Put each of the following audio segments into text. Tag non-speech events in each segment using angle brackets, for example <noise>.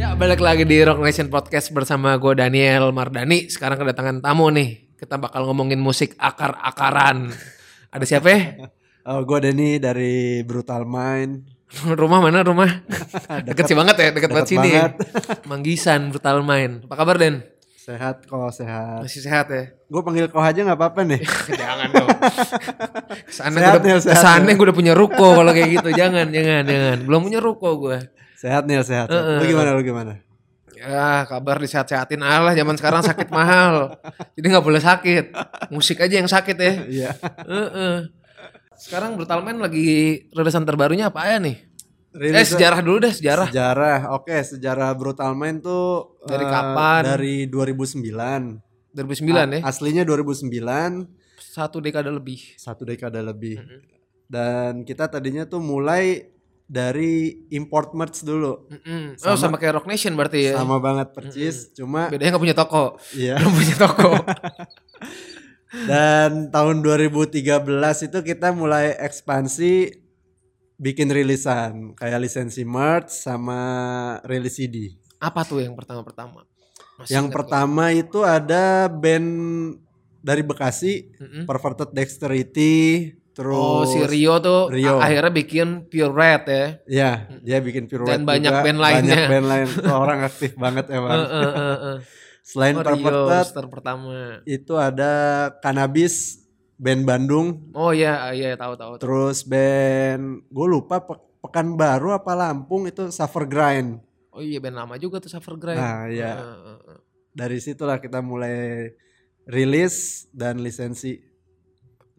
Ya, balik lagi di Rock Nation Podcast bersama gue Daniel Mardani. Sekarang kedatangan tamu nih. Kita bakal ngomongin musik akar-akaran. Ada siapa ya? Oh, gue Denny dari Brutal Mind. rumah mana rumah? deket, sih banget ya, deket, banget Deket sini. ya. banget. <laughs> Manggisan, Brutal Main. Apa kabar Den? Sehat kok, sehat. Masih sehat ya? <laughs> Gue panggil kau aja nggak apa-apa nih. jangan dong. Kesannya Sehat gue udah, Nil, sehat kesannya gua udah punya ruko kalau kayak gitu. Jangan, jangan, jangan. Belum punya ruko gue. Sehat nih, sehat. <laughs> Lu gimana, lu gimana? Ya kabar disehat-sehatin Allah zaman sekarang sakit mahal. Jadi nggak boleh sakit. Musik aja yang sakit ya. Iya. Heeh. Sekarang Brutal Man lagi rilisan terbarunya apa ya nih? eh Rilis- sejarah dulu deh sejarah. Sejarah. Oke, sejarah Brutal Mind tuh Dari eh, kapan? Dari 2009. 2009 ya. Aslinya 2009, Satu dekade lebih. satu dekade lebih. Mm-hmm. Dan kita tadinya tuh mulai dari import merch dulu. Mm-mm. Oh sama kayak Rock Nation berarti ya. Sama banget percis, cuma Bedanya nggak punya <laughs> toko. iya. Belum punya toko. Dan tahun 2013 itu kita mulai ekspansi bikin rilisan kayak lisensi merch sama rilis CD. <laughs> apa tuh yang pertama-pertama? Masih Yang ingat pertama itu ada band dari Bekasi, gua. Mm-mm. Perverted Dexterity, Oh terus si Rio tuh Rio. a- akhirnya bikin Pure Red ya. ya, dia bikin Pure Dan White banyak juga. band lainnya. Banyak band lain. Tuh orang aktif banget <laughs> Heeh, emang. heeh, <laughs> heeh. Selain Oh Rio Perverted star pertama. itu ada Cannabis, band Bandung, Oh iya iya tahu tahu. tahu. Terus band gue lupa Pe- Pekanbaru apa Lampung itu Suffer Grind. Oh iya band lama juga tuh Suffer Grind. Nah, iya. Heeh, heeh, heeh. Dari situlah kita mulai rilis dan lisensi.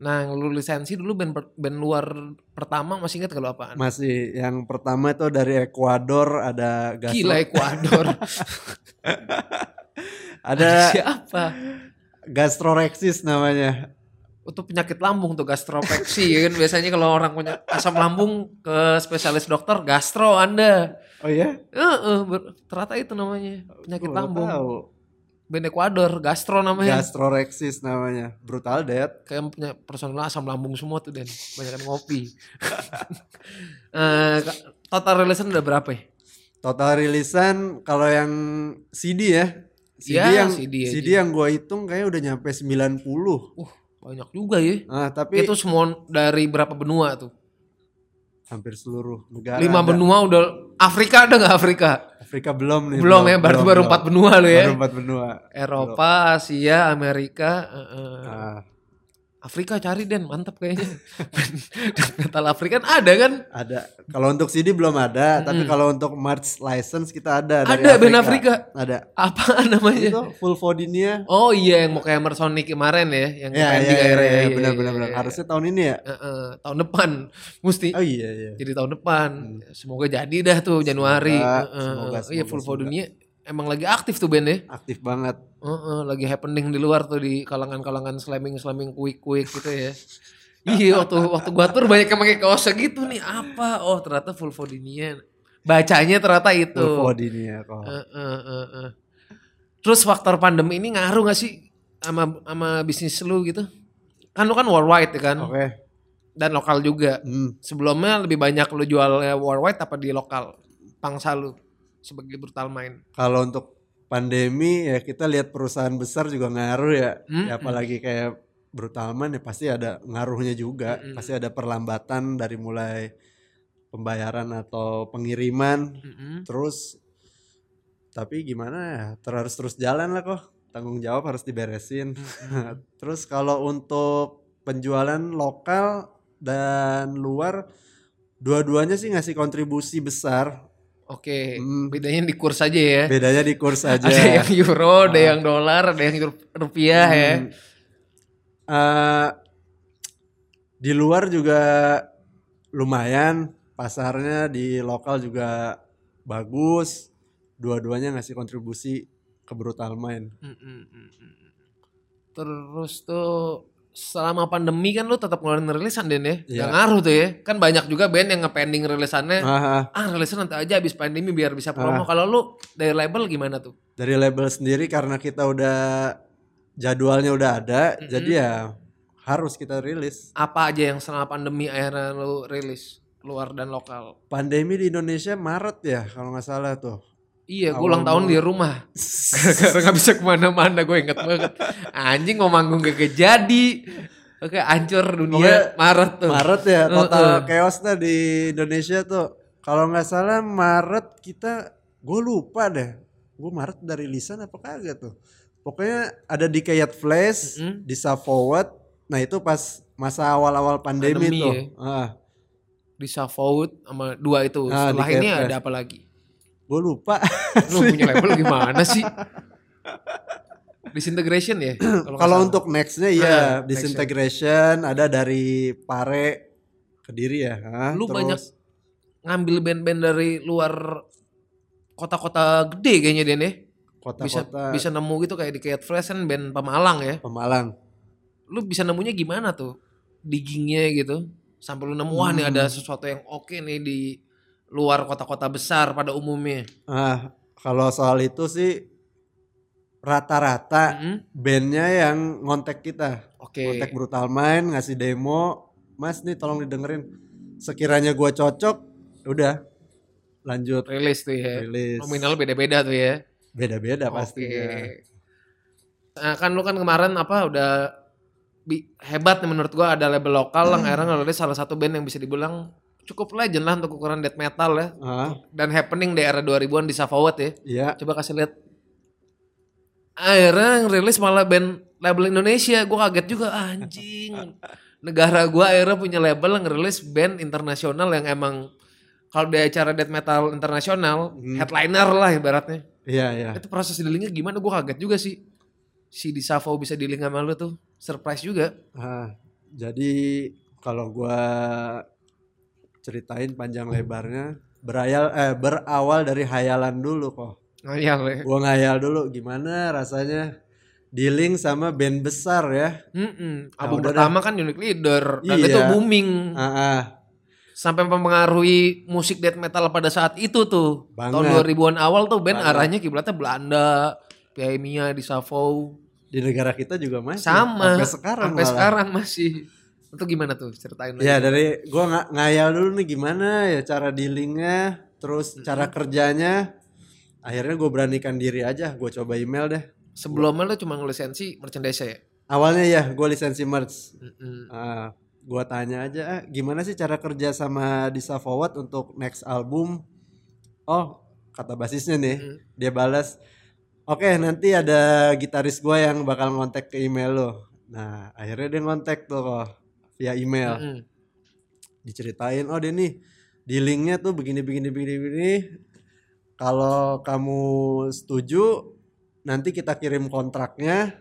Nah, yang lu lisensi dulu band per- band luar pertama masih ingat kalau apaan? Masih yang pertama itu dari Ekuador ada Gasro- Gila ya. Ekuador. <laughs> ada <laughs> siapa? Gastrorexis namanya. Itu penyakit lambung tuh gastropeksi <laughs> ya kan biasanya kalau orang punya asam lambung ke spesialis dokter gastro Anda. Oh iya? Heeh, ber- ternyata itu namanya penyakit Gua nggak lambung. tahu. Band Ekuador gastro namanya. Gastrorexis namanya. Brutal Death. Kayak punya personal asam lambung semua tuh dan banyak ngopi. <laughs> Eh, ka- total rilisan udah berapa ya? Total rilisan kalau yang CD ya. CD Iya, yang CD CD, aja. yang gue hitung kayaknya udah nyampe 90. Uh, banyak juga ya. Ah, tapi Itu semua dari berapa benua tuh? hampir seluruh negara. lima ada. benua udah Afrika ada nggak Afrika? Afrika belum nih. belum ya, baru baru empat benua lu ya. Baru empat benua. Eropa, Asia, Amerika, eh, eh. Ah, Afrika cari Den, mantap kayaknya. <laughs> Metal Afrika kan ada kan? ada. Kalau untuk CD belum ada, tapi kalau untuk merch license kita ada. dari Hmm. Ada, band Afrika. Iya. Ada. Apaan namanya? Itu full Fodinia. Oh iya yang mau kayak Sonic kemarin ya, yang pending Ya, ya, ya, akhirnya. Iya, ya, benar, iya, benar, iya, benar. iya. Harusnya tahun ini ya. Eh, eh, tahun depan mesti Oh iya, iya. Hmm. jadi tahun depan. Semoga jadi dah tuh Januari. Eh, Semoga, eh, semoga, eh. iya semoga, full semoga. dunia emang lagi aktif tuh band ya. Aktif banget. Heeh, lagi happening di luar tuh di kalangan-kalangan slamming-slamming kuik-kuik gitu ya. <laughs> Iya waktu waktu gua tur banyak yang pakai kaos gitu nih apa? Oh ternyata full Fodinia. Bacanya ternyata itu. Full Fodinia kok. Heeh, heeh, heeh. Terus faktor pandemi ini ngaruh gak sih sama sama bisnis lu gitu? Kan lu kan worldwide ya kan Oke. dan lokal juga. Hmm. Sebelumnya lebih banyak lu jualnya worldwide apa di lokal? Pangsa lu sebagai brutal main. Kalau untuk pandemi ya kita lihat perusahaan besar juga ngaruh ya. Hmm. Ya, apalagi kayak Brutalman ya pasti ada ngaruhnya juga. Mm-mm. Pasti ada perlambatan dari mulai pembayaran atau pengiriman. Mm-mm. Terus tapi gimana ya? ter- Harus terus jalan lah kok. Tanggung jawab harus Hmm, diberesin. <laughs> terus kalau untuk penjualan lokal dan luar dua-duanya sih ngasih kontribusi besar. Oke, Hmm. bedanya di kurs aja ya. Bedanya di kurs aja. <laughs> Ada ya? yang euro, ada yang dolar, ada yang rup- rupiah ya. Iya. Ah. Hmm. Eh, di luar juga lumayan, pasarnya di lokal juga bagus. Dua-duanya ngasih kontribusi ke brutal main. Mm, mm, mm, mm. Terus tuh selama pandemi kan lu tetap ngeluarin rilisan Den ya. Iya. Nggak ngaruh tuh ya. Kan banyak juga band yang nge-pending rilisannya. Ah, Ah rilisan nanti aja habis pandemi biar bisa promo. Kalau lu dari label gimana tuh? dari label sendiri karena kita udah jadwalnya udah ada, jadi ya harus kita rilis. Apa aja yang selama pandemi akhirnya lu rilis? Luar dan lokal. Pandemi di Indonesia Maret ya kalau nggak salah tuh. Iya, gue Awal ulang tahun mulu. di rumah. Gara-gara <laughs> nggak bisa kemana-mana, gue inget banget. Anjing mau manggung gak kejadi. Oke, hancur dunia Pokoknya Maret tuh. Maret ya Heeh. total chaosnya di Indonesia tuh. Kalau nggak salah Maret kita gue lupa deh. Gue Maret dari lisan apa kagak tuh. Pokoknya ada di Kayat Flash, Mm-mm. di Sa Forward. Nah itu pas masa awal-awal pandemi, Pandemi tuh. ya. Ah, Di Savout sama dua itu. Ah, di Setelah ini Kepres. ada apa <laughs> lagi? gue lupa. Lu punya label gimana sih? Disintegration ya? nggak Kalau salah. untuk nextnya iya Ah, disintegration ada dari Pare Kediri ya. Ah, lu terus- banyak ngambil band-band dari luar kota-kota gede kayaknya Den ya. Bisa kota-kota bisa nemu gitu kayak di Kiat Fresh kan band Pemalang ya. Pemalang. Lu bisa nemunya gimana tuh? Diggingnya gitu. Sampai lu nemu wah nih ada Hmm. sesuatu yang oke nih di luar kota-kota besar pada umumnya. Ah, kalau soal itu sih rata-rata Mm-mm. bandnya yang ngontek kita, Hmm? Oke. ngontek Brutal Mind, ngasih demo, Mas nih tolong didengerin. Sekiranya gua cocok, udah lanjut Rilis tuh ya. rilis. Nominal beda-beda tuh ya. Beda-beda pasti. iya. Nah, kan lu kan kemarin apa udah bi- hebat nih menurut gua ada label lokal yang akhirnya ngeluarin salah satu band yang bisa dibilang cukup legend lah untuk ukuran death metal ya Ah, dan happening di era 2000-an di Safawat ya. iya. Coba kasih lihat. Akhirnya yang rilis malah band label Indonesia. Gua kaget juga "Ah, anjing. Negara gua akhirnya punya label yang rilis band internasional yang emang kalau di acara death metal internasional Hmm. headliner lah ibaratnya Iya, iya. itu proses dealingnya gimana gue kaget juga sih si di Savo bisa dealing sama lu tuh surprise juga Ah, jadi kalau gua ceritain panjang lebarnya, berayal eh berawal dari hayalan dulu kok. iya, ngayal ya gua ngayal dulu gimana rasanya dealing sama band besar ya. Mm-mm. album Nah, udah pertama kan Unique Leader dan Iya. itu booming Ah, ah, sampai mempengaruhi musik death metal pada saat itu tuh tahun Banget. 2000-an awal tuh band Banget. arahnya kiblatnya Belanda Piamia di Savo di negara kita juga masih sama sampai sekarang sampai malah. sekarang masih itu gimana tuh ceritain lagi Ya dari gua nga- ngayal dulu nih gimana ya cara dealingnya, terus cara kerjanya. Akhirnya gue beranikan diri aja, gue coba email deh. sebelumnya lu cuma ngelisensi merchandise ya Awalnya ya gue lisensi merch. Mm-mm. Ah, gua tanya aja "Ah, gimana sih cara kerja sama Disa Forward untuk next album oh kata basisnya nih Hmm. dia balas oke nanti ada gitaris gua yang bakal ngontek ke email lo nah akhirnya dia ngontek tuh kok via email Mm-mm. diceritain oh Denny di linknya tuh begini begini begini begini kalau kamu setuju nanti kita kirim kontraknya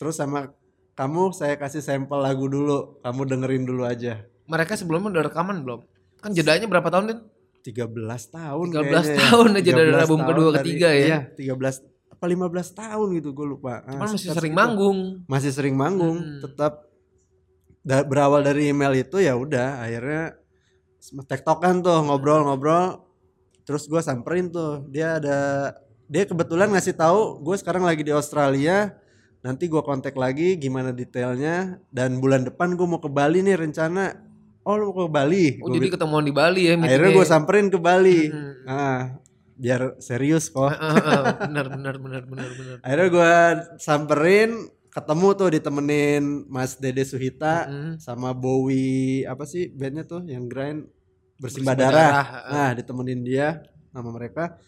terus sama kamu saya kasih sampel lagu dulu kamu dengerin dulu aja mereka sebelumnya udah rekaman belum kan jedanya berapa tahun Din? 13 tahun 13 kayaknya ya. tahun aja dari 13 album tahun kedua dari- ketiga ya. iya, 13 apa 15 tahun gitu gue lupa Ah, Cuman masih sekitar sering segitu. manggung. masih sering manggung Hmm. tetap da- berawal dari email itu ya udah akhirnya tektokan tuh ngobrol-ngobrol terus gua samperin tuh dia ada dia kebetulan ngasih tahu gue sekarang lagi di Australia nanti gua kontak lagi gimana detailnya dan bulan depan gue mau ke Bali nih rencana oh lu mau ke Bali Oh, Gua jadi bilang. ketemuan di Bali ya akhirnya gue samperin ke Bali Hmm. ah biar serius kok benar benar benar benar benar. Akhirnya gue samperin, ketemu tuh ditemenin Mas Dede Suhita Mm. sama Bowie apa sih bandnya tuh yang grind bersimbah Bersimbah darah. darah, eh. heeh. Nah ditemenin dia sama mereka.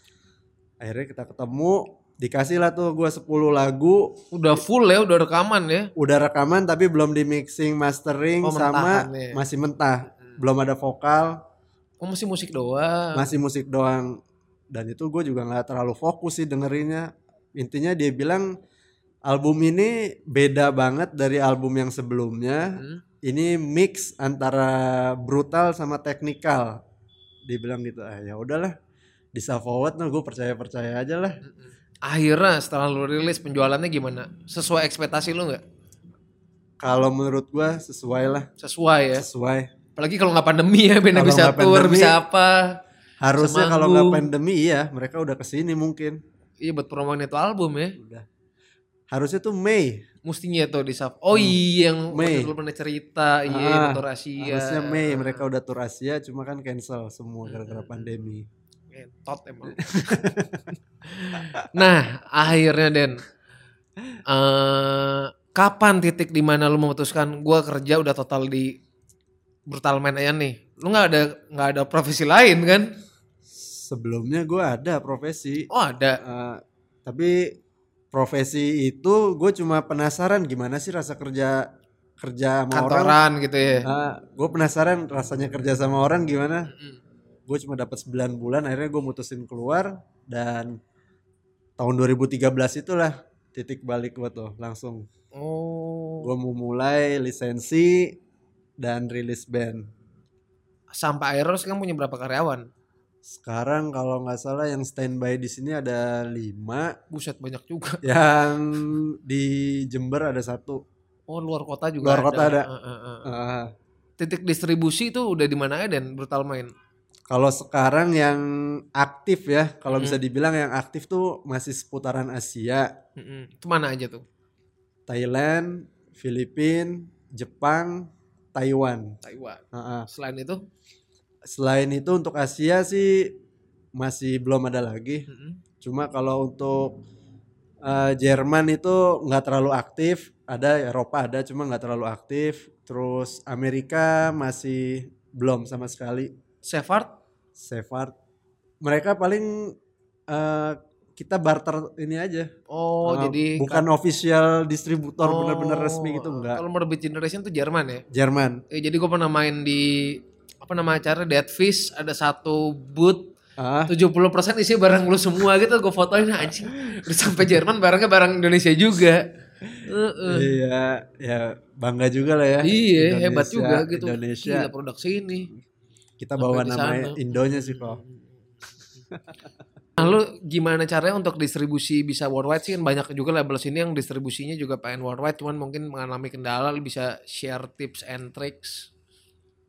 Akhirnya kita ketemu, dikasih lah tuh gue 10 lagu, Udah full ya, udah rekaman ya. udah rekaman tapi belum di mixing, mastering Oh, sama mentahannya. masih mentah, belum ada vokal, Oh, masih musik doang. masih musik doang dan itu gue juga nggak terlalu fokus sih dengerinnya intinya dia bilang album ini beda banget dari album yang sebelumnya Hmm. ini mix antara brutal sama teknikal dibilang gitu ah ya udahlah bisa forward nah gue percaya percaya aja lah Akhirnya setelah lu rilis penjualannya gimana? Sesuai ekspektasi lu nggak? kalau menurut gue sesuai lah Sesuai ya. sesuai Apalagi kalau nggak pandemi ya, benar Kalau bisa nggak tour, pandemi. bisa apa. harusnya Semanggung. kalau nggak pandemi ya mereka udah kesini mungkin Iya buat promoin itu album ya. udah harusnya tuh Mei Mestinya tuh di Saf. Oh iya yang Hmm. Mei. lu pernah cerita, iya Ah, motor Asia. Harusnya Mei mereka udah tur Asia cuma kan cancel semua gara-gara pandemi. Tot emang. <laughs> nah, akhirnya Den. eh kapan titik di mana lu memutuskan gua kerja udah total di brutal man aja nih. Lu nggak ada nggak ada profesi lain kan? Sebelumnya gue ada profesi, Oh, ada. Eh, tapi profesi itu gue cuma penasaran gimana sih rasa kerja kerja sama orang. Nah. Kantoran gitu ya. gue penasaran rasanya kerja sama orang gimana. Mm. gue cuma dapat 9 bulan akhirnya gue mutusin keluar dan tahun 2013 itulah titik balik gue tuh langsung Oh. gue mau mulai lisensi dan rilis band Sampai Aeros kan punya berapa karyawan? sekarang kalau nggak salah yang standby di sini ada lima <laughs> Buset banyak juga. yang di Jember ada satu Oh, luar kota juga Luar kota ada. Eh, eh, eh. Ah, Titik distribusi itu udah di mana aja Den brutal main? kalau sekarang yang aktif ya kalau Mm. bisa dibilang yang aktif tuh masih seputaran Asia Mm-mm. Itu mana aja tuh? Thailand Filipina Jepang Taiwan Taiwan. Ah, ah. Selain itu, Selain itu untuk Asia sih masih belum ada lagi. mm-mm. Cuma kalau untuk eh, Jerman itu nggak terlalu aktif. Ada Eropa ada, cuma nggak terlalu aktif. Terus Amerika masih belum sama sekali. Sefard Sefard. Mereka paling eh, kita barter ini aja. Oh, Eh, jadi bukan official distributor Oh, bener-bener resmi gitu enggak. Kalau Morbid Generation tuh Jerman ya. Jerman. Eh, jadi gue pernah main di apa nama acara Dead Fish ada satu booth Ah, 70% isinya barang lu semua gitu gue fotoin anjing udah sampai Jerman barangnya barang Indonesia juga Heeh. iya, ya bangga juga lah ya. iya hebat Indonesia- juga gitu Indonesia. Gila, produksi ini kita Sampai bawa di nama sana. Indonya sih kok. Nah lu gimana caranya untuk distribusi bisa worldwide sih kan banyak juga label sini yang distribusinya juga pengen worldwide cuman mungkin mengalami kendala lu bisa share tips and tricks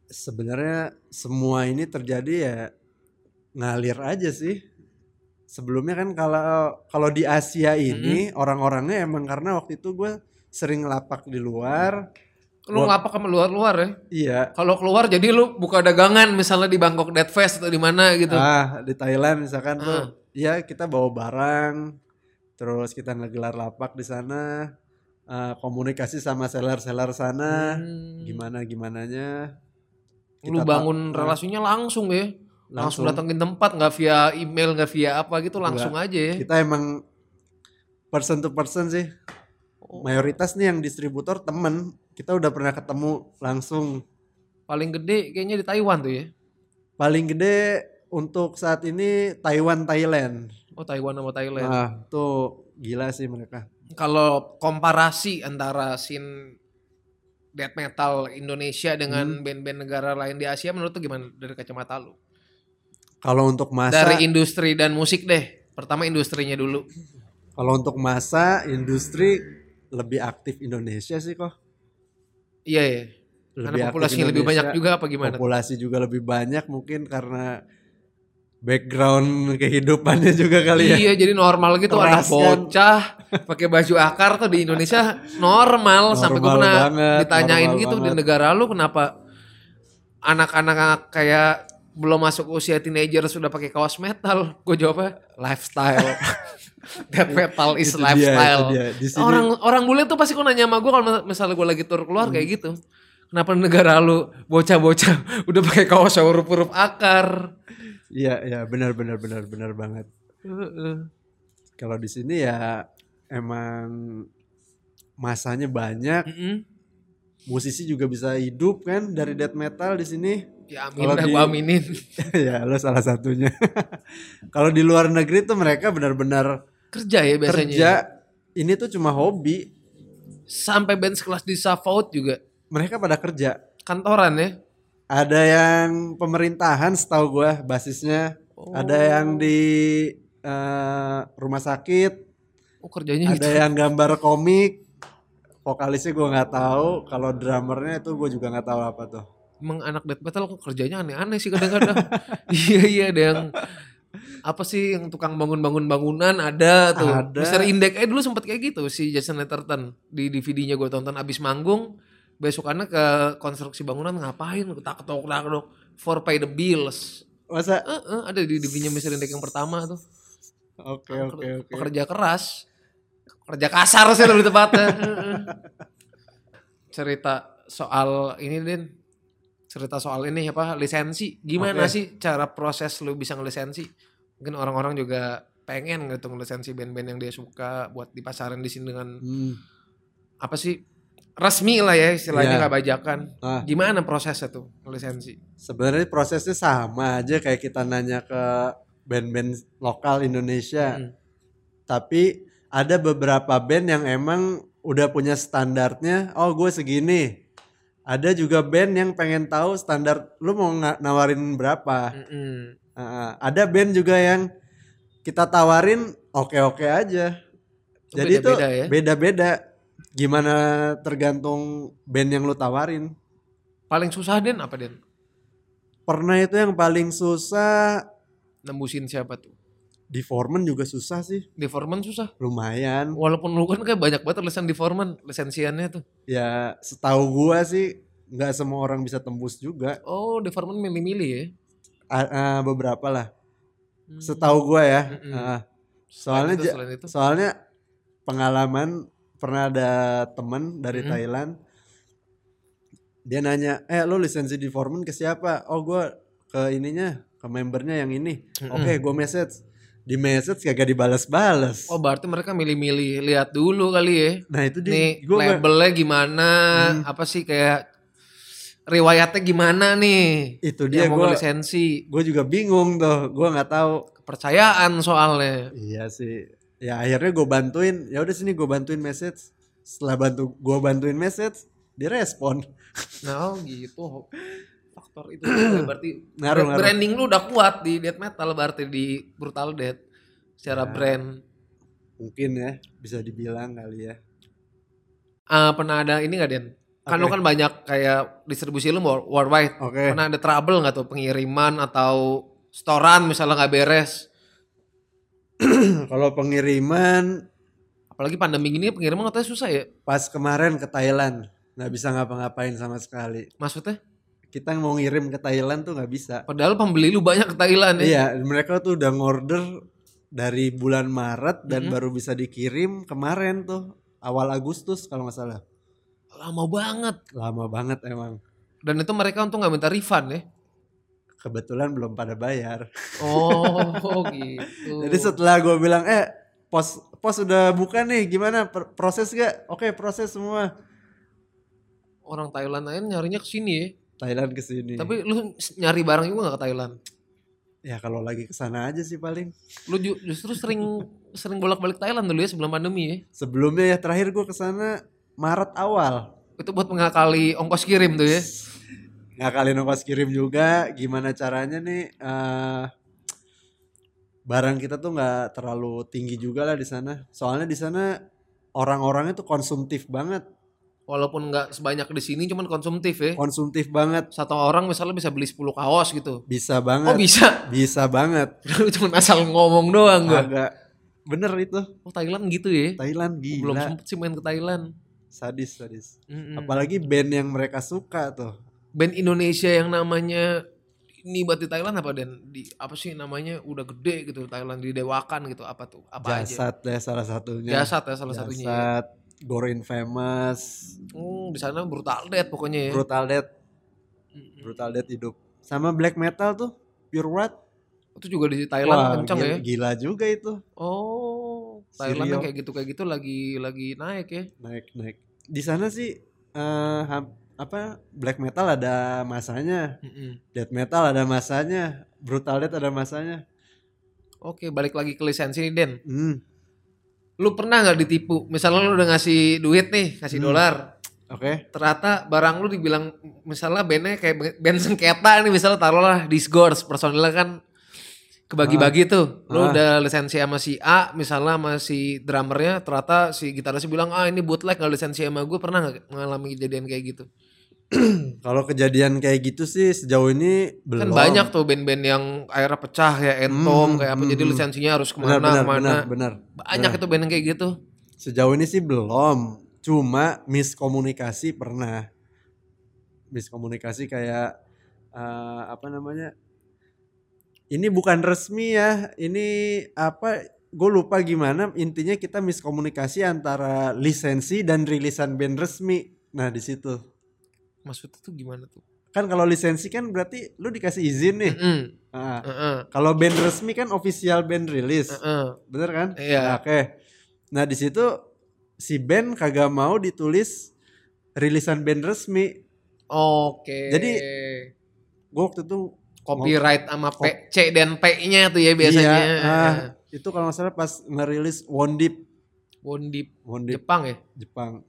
Sebenarnya semua ini terjadi ya ngalir aja sih. Sebelumnya kan kalau kalau di Asia ini Mm-hmm. orang-orangnya emang karena waktu itu gue sering lapak di luar. lu Gua- ngapa ke luar-luar ya Iya. kalau keluar jadi lu buka dagangan misalnya di Bangkok Dead Fest atau di mana gitu Ah, di Thailand misalkan tuh. Ah. Iya, kita bawa barang terus kita ngegelar lapak di sana. eh, komunikasi sama seller-seller sana Hmm. gimana gimananya lu Kita ta- bangun ah. relasinya langsung ya langsung, langsung, datengin tempat nggak via email nggak via apa gitu langsung aja ya kita emang person to person sih Oh, mayoritas nih yang distributor temen kita udah pernah ketemu langsung paling gede kayaknya di Taiwan tuh ya paling gede untuk saat ini Taiwan Thailand oh Taiwan sama Thailand ah tuh gila sih mereka kalau komparasi antara scene death metal Indonesia Hmm. dengan band-band negara lain di Asia menurut tuh gimana dari kacamata lu kalau untuk masa dari industri dan musik deh pertama industrinya dulu kalau untuk masa industri lebih aktif Indonesia sih kok iya ya lebih karena aktif populasinya lebih Indonesia. banyak juga apa gimana tuh? populasi juga lebih banyak mungkin karena background kehidupannya juga kali ya Iya, jadi normal gitu Keras anak kan. bocah pakai baju akar tuh di Indonesia normal, sampai gue Normal pernah banget, ditanyain normal gitu di banget. negara lu kenapa anak-anak kayak belum masuk usia teenager sudah pakai kaos metal. Gue jawabnya lifestyle. <laughs> Death metal is Itu dia, itu lifestyle. dia. Di sini- Orang orang bule tuh pasti kok nanya sama gue kalau misalnya gue lagi tur keluar Hmm. kayak gitu. Kenapa negara lu bocah-bocah <laughs> udah pakai kaos yang huruf-huruf akar? Iya, iya, benar benar benar benar banget. Heeh. Kalau di sini ya emang masanya banyak, Mm-mm. musisi juga bisa hidup kan dari death metal di sini. <laughs> Ya amin Kalau dah di- gue aminin. ya, lo salah satunya. <laughs> Kalau di luar negeri tuh mereka benar-benar Kerja ya biasanya. kerja. Ini tuh cuma hobi. Sampai band sekelas di Savaut juga. Mereka pada kerja. Kantoran ya. Ada yang pemerintahan setahu gua basisnya, Oh. ada yang di eh, rumah sakit, Oh kerjanya ada gitu. yang gambar komik vokalisnya gue nggak tahu kalau drummernya itu gue juga nggak tahu apa tuh Emang anak death metal kok kerjanya aneh-aneh sih kadang-kadang. <laughs> iya iya ada yang apa sih yang tukang bangun-bangun bangunan ada tuh. Ada. Mister Indek eh dulu sempet kayak gitu si Jason Letterton di DVD-nya gue tonton abis manggung besokannya ke konstruksi bangunan ngapain ketak ketok ketok for pay the bills Masa? Eh, eh, ada di DVD-nya Mr. Indek yang pertama tuh. Oke oke oke. Pekerja keras. Kerja kasar sih lebih tepatnya. <laughs> Heeh. cerita soal ini Din. Cerita soal ini apa lisensi. Gimana Oke. sih cara proses lu bisa ngelisensi? Mungkin orang-orang juga pengen gitu ngelisensi band-band yang dia suka buat dipasarin di sini dengan Hmm. apa sih resmi lah ya istilahnya Iya. nggak bajakan. Ah. Gimana prosesnya tuh ngelisensi? Sebenarnya prosesnya sama aja kayak kita nanya ke band-band lokal Indonesia. Mm. Tapi ada beberapa band yang emang udah punya standarnya. Oh gue segini. Ada juga band yang pengen tahu standar lu mau nga- nawarin Hmm, berapa. Mm-mm. Ah, ada band juga yang kita tawarin oke-oke aja. Itu Jadi itu beda-beda ya? beda-beda. Gimana tergantung band yang lu tawarin. Paling susah Den apa Den? Pernah itu yang paling susah Nembusin siapa tuh? di Foreman juga susah sih. Di Foreman susah. Lumayan. Walaupun lu kan kayak banyak banget lesen di Foreman, lesensiannya tuh. Ya setahu gua sih nggak semua orang bisa tembus juga. Oh, di Foreman milih-milih ya. A- ah, beberapa lah. Hmm. Setahu gua ya. Mm-mm. Ah, Selain soalnya itu, Gitu, ja- selain itu. soalnya pengalaman pernah ada temen dari Mm-mm. Thailand dia nanya eh lo lisensi di Foreman ke siapa oh gua ke ininya ke membernya yang ini Mm-mm. oke gua message di message kagak dibalas-balas Oh, berarti mereka milih-milih, lihat dulu kali ya. nah itu dia Nih, gua nggak- Hmm. labelnya gimana? Apa sih kayak riwayatnya gimana nih? itu dia Dia mau ya gua lisensi, gua juga bingung tuh gua nggak tahu kepercayaan soalnya. iya sih ya akhirnya gua bantuin ya udah sini gua bantuin message setelah bantu gua bantuin message direspon Nah, oh gitu. Faktor <clears throat> itu juga berarti Ngaruh, bra- ngaruh. branding lu udah kuat di death metal berarti di brutal death secara Nah. brand. mungkin ya bisa dibilang kali ya Ah, pernah ada ini gak Den? Kan Apa Eh. lu ya? kan banyak kayak distribusi lu wor- worldwide. oke Pernah ada trouble gak tuh pengiriman atau storan misalnya nggak beres? Kalau pengiriman Apalagi pandemi gini pengiriman katanya susah ya. pas kemarin ke Thailand nggak bisa ngapa-ngapain sama sekali. Maksudnya? Kita mau ngirim ke Thailand tuh nggak bisa. Padahal pembeli lu banyak ke Thailand ya. Iya, mereka tuh udah ngorder dari bulan Maret dan Mhm. baru bisa dikirim kemarin tuh awal Agustus kalau nggak salah. Lama banget. Lama banget emang. Dan itu mereka untung nggak minta refund ya. Kebetulan belum pada bayar. Oh <laughs> gitu. Jadi setelah gue bilang eh pos pos udah buka nih gimana Per- proses gak? Oke proses semua. orang Thailand lain nyarinya ke sini ya. Thailand kesini. Tapi lu s- nyari barang juga gak ke Thailand? ya kalau lagi kesana aja sih paling. Lu ju- justru sering sering bolak-balik Thailand dulu ya sebelum pandemi ya. Sebelumnya ya terakhir gue kesana Maret awal. Itu buat mengakali ongkos kirim tuh ya. Ngakalin ongkos Nah, kirim juga. Gimana caranya nih? eh, barang kita tuh nggak terlalu tinggi juga lah di sana. Soalnya di sana orang-orangnya tuh konsumtif banget, Walaupun nggak sebanyak di sini cuman konsumtif ya. konsumtif banget, Satu orang misalnya bisa beli 10 kaos gitu. Oh bisa banget, bisa. <laughs> bisa banget. Lu cuman asal ngomong doang gua. Agak bener itu Oh Thailand gitu ya. Iya. Thailand Belum Hmm. gila, sempet sih main ke Thailand. sadis sadis. Mm-mm. Apalagi band yang mereka suka tuh. Band Indonesia yang namanya ini buat di Thailand apa dan di apa sih namanya udah gede gitu Thailand didewakan gitu apa tuh apa aja Jasad deh salah satunya. jasad ya salah satunya ya. Jasad, Gore Infamous, Hmm, di sana brutal death pokoknya ya. Brutal Death, Mm-mm. Brutal Death hidup. Sama black metal tuh, Pure Wrath. Itu juga di Thailand Wah, kencang gila, ya. gila juga itu. Oh, Thailand yang Sirio. kayak gitu kayak gitu lagi lagi naik ya. Naik naik. Di sana sih eh, ham- apa black metal ada masanya, Mm-mm. death metal ada masanya, Brutal Death ada masanya. Oke, balik lagi ke lisensi nih Den. Hmm, Lu pernah nggak ditipu? Misalnya lu udah ngasih duit nih, kasih Hmm. dolar. oke. Ternyata barang lu dibilang misalnya bandnya kayak band sengketa nih misalnya taruhlah disgorge personilnya kan kebagi-bagi tuh. Lu Ah. udah lisensi sama si A, misalnya sama si drummernya, ternyata si gitarisnya bilang, "Ah, ini bootleg nggak lisensi sama gue." Pernah nggak mengalami kejadian kayak gitu? Kalau kejadian kayak gitu sih sejauh ini belum. Kan banyak tuh band-band yang akhirnya pecah ya Entom Hmm, kayak apa hmm, jadi hmm. lisensinya harus kemana Benar benar mana benar benar. banyak itu band yang kayak gitu Sejauh ini sih belum, cuma miskomunikasi pernah. Miskomunikasi kayak eh, apa namanya? ini bukan resmi ya ini apa gue lupa gimana intinya kita miskomunikasi antara lisensi dan rilisan band resmi nah di situ Maksudnya tuh gimana tuh? kan kalau lisensi kan berarti lu dikasih izin nih Mm-mm. Nah, Heeh, kalau band resmi kan official band rilis heeh. bener kan Iya. Nah, oke nah di situ si band kagak mau ditulis rilisan band resmi Oke. Jadi- gue waktu itu copyright sama P, C dan P-nya tuh ya biasanya. Iya, ah, Heeh. itu kalau nggak salah pas ngerilis Wondip Bondip Wondip Jepang ya. Jepang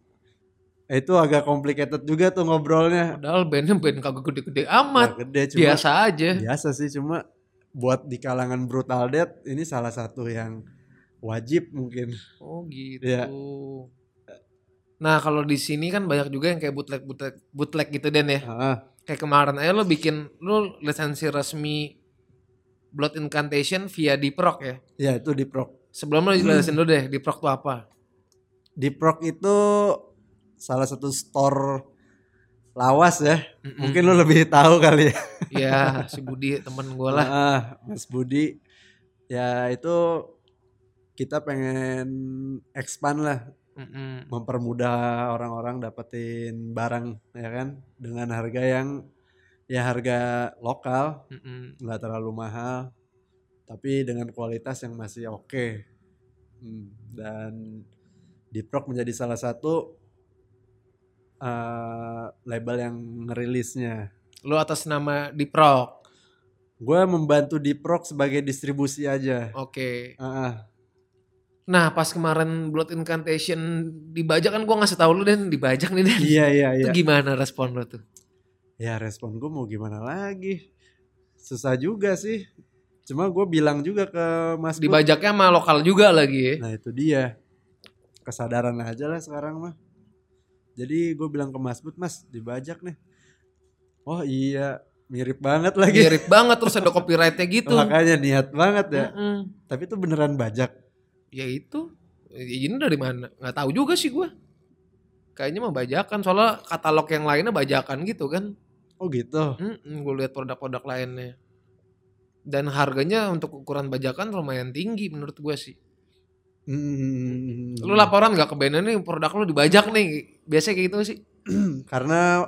Eh, itu agak complicated juga tuh ngobrolnya Padahal bandnya band kagak gede-gede Nggak amat. gede Iya, cuma biasa aja. biasa sih cuma buat di kalangan brutal death ini salah satu yang wajib mungkin Oh gitu. Iya. Nah kalau di sini kan banyak juga yang kayak bootleg bootleg bootleg gitu Den ya. Ah, Kayak kemarin aja lo bikin lo lisensi resmi Blood Incantation via Diprok ya. ya itu di prok Sebelum lo Hmm. jelasin dulu deh Diprok tuh apa? di prok itu salah satu store lawas ya Mm-mm. mungkin lu lebih tahu kali ya Iya si Budi temen gue <laughs> lah. Ah, Mas Budi ya itu kita pengen expand lah Mm-mm. mempermudah orang-orang dapetin barang ya kan dengan harga yang ya harga lokal Mm-mm. nggak terlalu mahal tapi dengan kualitas yang masih oke Hmm, dan Diprok menjadi salah satu eh, label yang ngerilisnya Lo atas nama Diprok. gue membantu Diprok sebagai distribusi aja Oke. Ah, Nah pas kemarin Blood Incantation dibajak kan gue ngasih tahu lu Den dibajak nih Den. iya iya Itu iya gimana respon lo tuh? ya respon gue mau gimana lagi susah juga sih cuma gue bilang juga ke Mas Bud. Dibajaknya sama lokal juga lagi ya. Nah itu dia kesadaran aja lah sekarang mah. Jadi gue bilang ke Mas Bud, Mas dibajak nih. Oh iya mirip banget lagi. <laughs> mirip banget terus ada copyrightnya gitu. Makanya niat banget ya. Mm-mm. Tapi itu beneran bajak. Ya itu izin dari mana? Nggak tahu juga sih gua Kayaknya mah bajakan soalnya katalog yang lainnya bajakan gitu kan. Oh gitu. Mm-mm, gue lihat produk-produk lainnya dan harganya untuk ukuran bajakan lumayan tinggi menurut gua sih. Hmm. Lu laporan nggak ke bandnya nih produk lu dibajak nih? Biasanya kayak gitu sih. Karena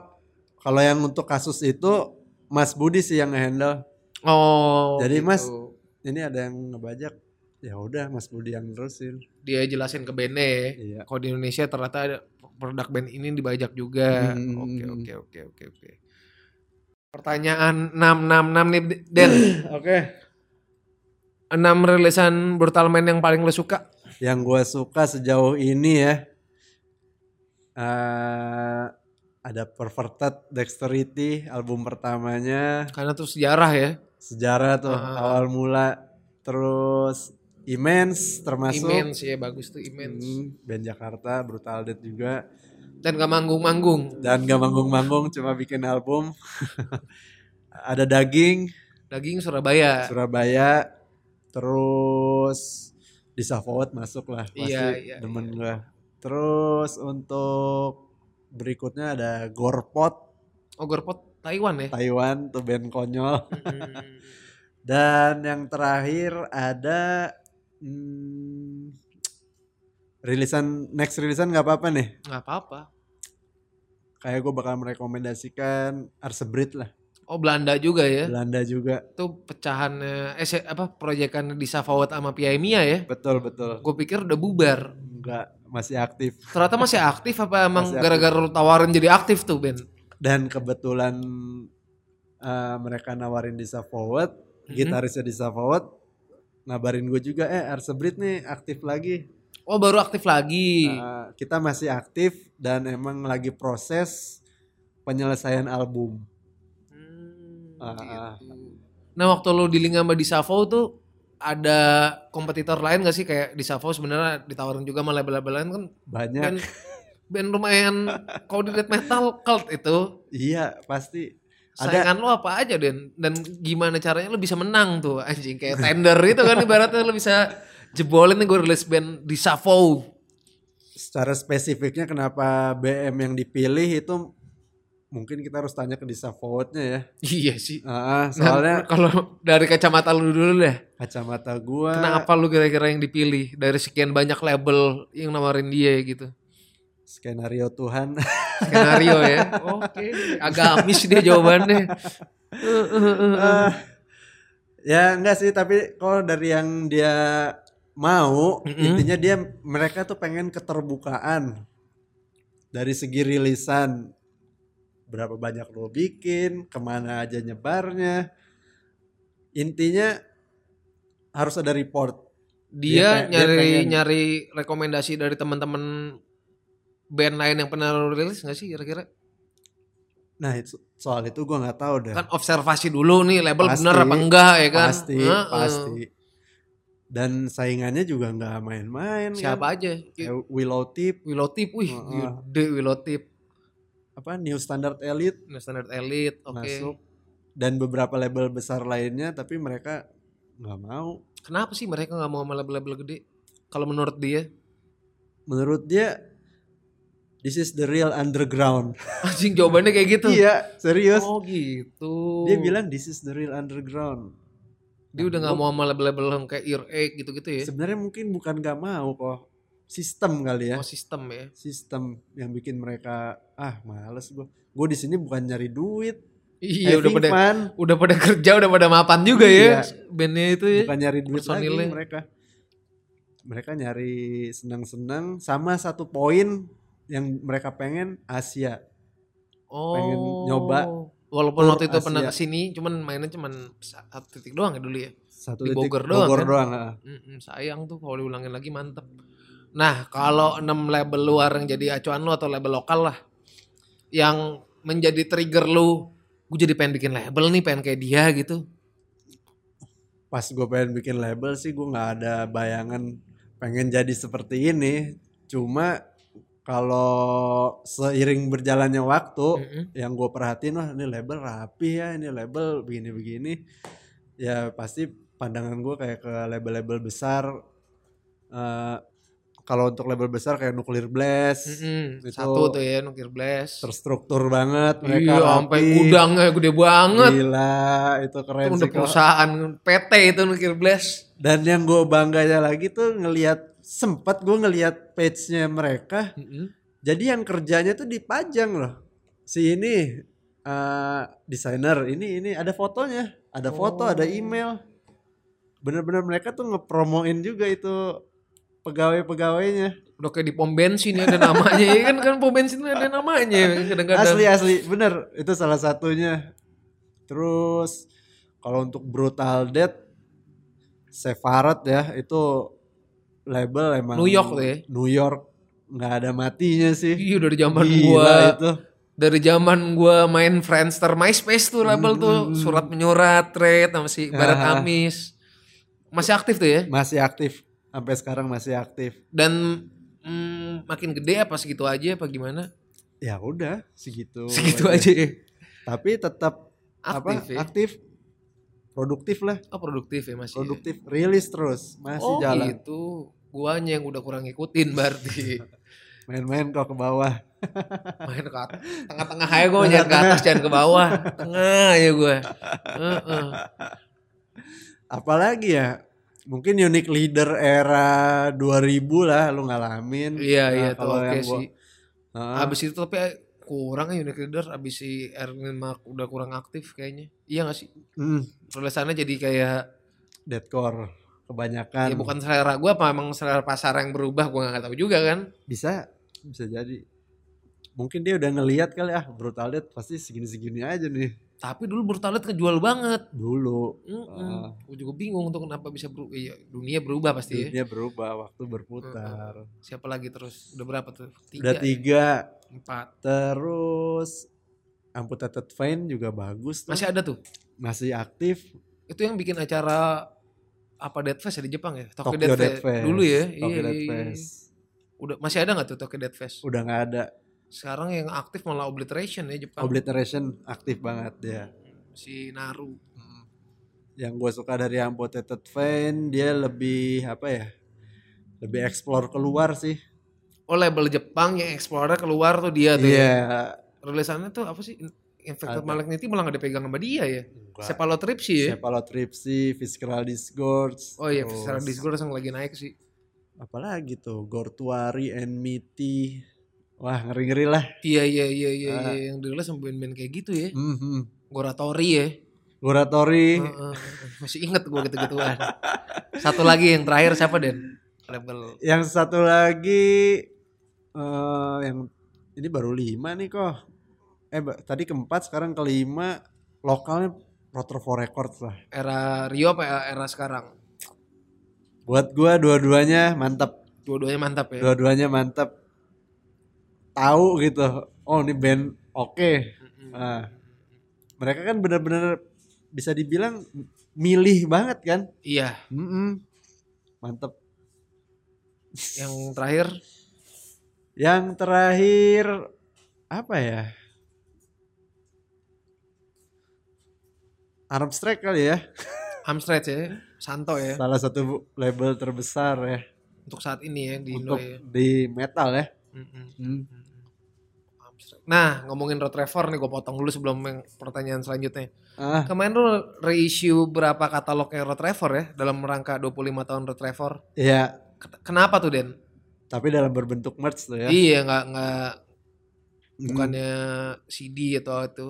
kalau yang untuk kasus itu Mas Budi sih yang handle. Oh. Jadi, Mas, gitu. Ini ada yang ngebajak. Ya udah Mas Budi yang nerusin. dia jelasin ke bandnya ya. Iya. Kalau di Indonesia ternyata ada produk band ini dibajak juga. Hmm. Oke oke oke oke oke. Pertanyaan 666 nih <clears throat> Den. Oke. 6 rilisan Brutal Man yang paling lo suka. yang gue suka sejauh ini ya eh, ada Perverted Dexterity album pertamanya Karena tuh sejarah ya. sejarah tuh Ah. awal mula terus Immense termasuk Immense ya bagus tuh immense. Hmm, band Jakarta Brutal Death juga Dan gak manggung-manggung. dan gak manggung-manggung cuma bikin album <laughs> ada Daging Daging Surabaya. Surabaya terus di Safawat masuk lah pasti Iya, iya, demen gua. Terus untuk berikutnya ada Gorpot Ogorpot Taiwan ya. Taiwan tuh band konyol Hmm. dan yang terakhir ada hmm, rilisan next rilisan nggak apa-apa nih Gak apa-apa. kayak gue bakal merekomendasikan Arsebrit lah Oh Belanda juga ya. Belanda juga Itu pecahannya eh se- apa proyekannya di Safawat sama Piaimia ya. betul betul Gue pikir udah bubar. nggak masih aktif Ternyata masih aktif apa emang Masih aktif. gara-gara lu tawarin jadi aktif tuh Ben? dan kebetulan eh, mereka nawarin Disa Forward, Mhm. Hmm? gitarisnya Disa Forward ngabarin gue juga eh Arsebrit nih aktif lagi. Oh baru aktif lagi. Eh, kita masih aktif dan emang lagi proses penyelesaian album. Hmm, Ah, gitu. ah. Nah waktu lu dealing sama Disavo tuh ada kompetitor lain gak sih kayak Disavo sebenarnya ditawarin juga sama label-label lain kan Banyak. band, band lumayan kalau di death metal cult itu Iya, pasti ada saingan lu apa aja Den dan gimana caranya lu bisa menang tuh anjing kayak tender itu kan ibaratnya lu bisa jebolin nih gue rilis band Disavo secara spesifiknya kenapa BM yang dipilih itu mungkin kita harus tanya ke Disa Forward-nya ya. Iya sih. Ah, ah, soalnya Soalnya kalau dari kacamata lu dulu deh, kacamata gua kenapa lu kira-kira yang dipilih dari sekian banyak label yang nawarin dia gitu? skenario Tuhan. <laughs> Skenario ya. Oke, agak amis dia jawabannya. Eh, eh, eh, eh. Eh, ya enggak sih, tapi kalau dari yang dia mau, Mm-mm. intinya dia mereka tuh pengen keterbukaan dari segi rilisan berapa banyak lo bikin, kemana aja nyebarnya. Intinya harus ada report. dia Dia pe- dia nyari pengen- nyari rekomendasi dari teman-teman band lain yang pernah lu rilis nggak sih kira-kira? Nah, itu, soal itu gua nggak tahu deh. Kan observasi dulu nih label Ya. Pasti, bener apa enggak ya kan? pasti, Heeh. pasti. Dan saingannya juga nggak main-main. Siapa aja? Kan? Eh, Willow Tip, Wilotip, wih, Heeh. gede Wilotip. apa New Standard Elite Nah, standar elite, oke. masuk dan beberapa label besar lainnya tapi mereka nggak mau Kenapa sih mereka nggak mau sama label-label gede? Kalau menurut dia, <laughs> menurut dia this is the real <laughs> underground anjing jawabannya kayak gitu. iya serius Oh gitu. dia bilang this is the real underground dia udah nggak mau sama label-label yang kayak earache gitu-gitu ya. sebenarnya mungkin bukan nggak mau kok sistem kali ya Oh sistem ya. sistem yang bikin mereka ah males gue gue di sini bukan nyari duit Iya udah having pada fun udah pada kerja, udah pada mapan juga ya Iya. bandnya itu ya. bukan nyari duit personilnya. lagi mereka mereka nyari senang-senang sama satu poin yang mereka pengen Asia Oh. pengen nyoba ya. Walaupun tour waktu itu pernah Asia. kesini, cuman mainnya cuman satu titik doang ya dulu ya. satu Di titik Bogor doang kan? ah. Mm-mm, sayang tuh kalau diulangin lagi mantep. Nah kalau Hmm. enam label luar yang jadi acuan lu atau label lokal lah, yang menjadi trigger lu, gue jadi pengen bikin label nih, pengen kayak dia gitu. pas gue pengen bikin label sih gue nggak ada bayangan pengen jadi seperti ini cuma kalau seiring berjalannya waktu Mm-mm. yang gue perhatiin wah ini label rapi ya ini label begini-begini ya pasti pandangan gue kayak ke label-label besar Eh, kalau untuk label besar kayak Nuclear Blast Mm-mm. Itu- Satu tuh ya, Nukir Blast. terstruktur banget mereka Iya, iya, rapi, sampai gudangnya gede banget. gila itu itu keren sih udah kalau- perusahaan PT itu Nukir Blast. dan yang gue bangganya lagi tuh ngelihat sempat gue ngelihat page-nya mereka Mm-mm. jadi yang kerjanya tuh dipajang loh si ini eh, desainer ini ini ada fotonya ada foto ada email bener-bener mereka tuh ngepromoin juga itu pegawai-pegawainya udah kayak di pom bensin ya ada namanya ya kan kan pom bensin ada namanya ya, kadang-kadang <laughs> asli asli bener itu salah satunya terus kalau untuk brutal death Sefarat ya itu label emang New York tuh ya? New York nggak ada matinya sih iya dari zaman Gila iya. gua itu dari zaman gua main Friendster MySpace tuh label tuh surat menyurat trade sama si Barat Mm-hmm. Ah. Amis masih aktif tuh ya masih aktif sampai sekarang masih aktif dan mm, makin gede apa segitu aja apa gimana ya udah segitu segitu aja ya tapi tetap aktif Oh, iya. apa ya aktif produktif lah oh produktif ya masih ya? produktif rilis terus masih oh jalan gitu guanya yang udah kurang ngikutin <laughs> berarti main-main kok ke bawah main ke atas tengah-tengah aja gue jangan ke atas jangan ke bawah tengah ya <laughs> gue Heeh. apalagi ya mungkin unique leader era 2000 lah lu ngalamin iya Nah, iya tuh kalau oke yang gua- sih Heeh. abis itu tapi eh, kurang ya unit leader abis si Erwin Mark udah kurang aktif kayaknya iya gak sih Mm, tulisannya jadi kayak deadcore kebanyakan ya bukan selera gue apa emang selera pasar yang berubah gue nggak tahu juga kan bisa bisa jadi mungkin dia udah ngelihat kali ah brutal death pasti segini-segini aja nih tapi dulu bertalet kejual banget dulu Mm-mm. Ah. gue juga bingung tuh kenapa bisa berubah iya, dunia berubah pasti ya dunia berubah waktu berputar siapa lagi terus udah berapa tuh ya? udah tiga empat terus amputated vein juga bagus tuh. masih ada tuh masih aktif itu yang bikin acara apa Dead Fest ya di Jepang ya Tokyo, Tokyo, Dead, Dead Fest. Fest dulu ya Tokyo iya, Dead iya, iya. Fest udah masih ada nggak tuh Tokyo Dead Fest udah nggak ada sekarang yang aktif malah Obliteration ya Jepang obliteration aktif banget dia si Naru yang gue suka dari Amputated Vein dia lebih apa ya lebih explore keluar sih oh label Jepang yang Explorer keluar tuh dia tuh ya iya rilisannya tuh apa sih? In- Infected Ada. Malignity malah gak dipegang sama dia ya. Cephalotripsi ya. Cephalotripsy, Visceral Disgorge. Oh iya, terus secara discord yang lagi naik sih. Apalagi tuh, Gortuari and Miti. Wah ngeri-ngeri lah. Iya iya iya iya Ah. iya yang dirilis sama band-band kayak gitu ya. Mhm. Goratori ya. Goratori. Heeh, Masih inget gue gitu-gituan. Satu lagi yang terakhir siapa Den? Label Yang satu lagi eh yang ini baru lima nih kok. Eh ba- tadi keempat sekarang kelima lokalnya Rotor for Records lah. era Rio apa era- era sekarang? Buat gua dua-duanya mantap, Dua-duanya mantap ya. dua-duanya mantap. Tahu gitu. Oh ini band oke. Mm-mm. Nah, mereka kan benar-benar bisa dibilang milih banget kan. Iya, Mm-mm. Mantap. yang terakhir Yang terakhir apa ya? Arab Strike kali ya. Amstrad ya, Santo ya. Salah satu label terbesar ya Untuk saat ini ya di Indo untuk ya. di metal ya. Mm-mm. Amstrad. Nah, ngomongin Road Trevor nih gue potong dulu sebelum yang pertanyaan selanjutnya. Ah, Kemarin lu reissue berapa katalognya Road Trevor ya dalam rangka 25 tahun Road Trevor. iya, Ken- Kenapa tuh Den? tapi dalam berbentuk merch tuh ya. Iya nggak nggak Hmm, bukannya CD atau itu.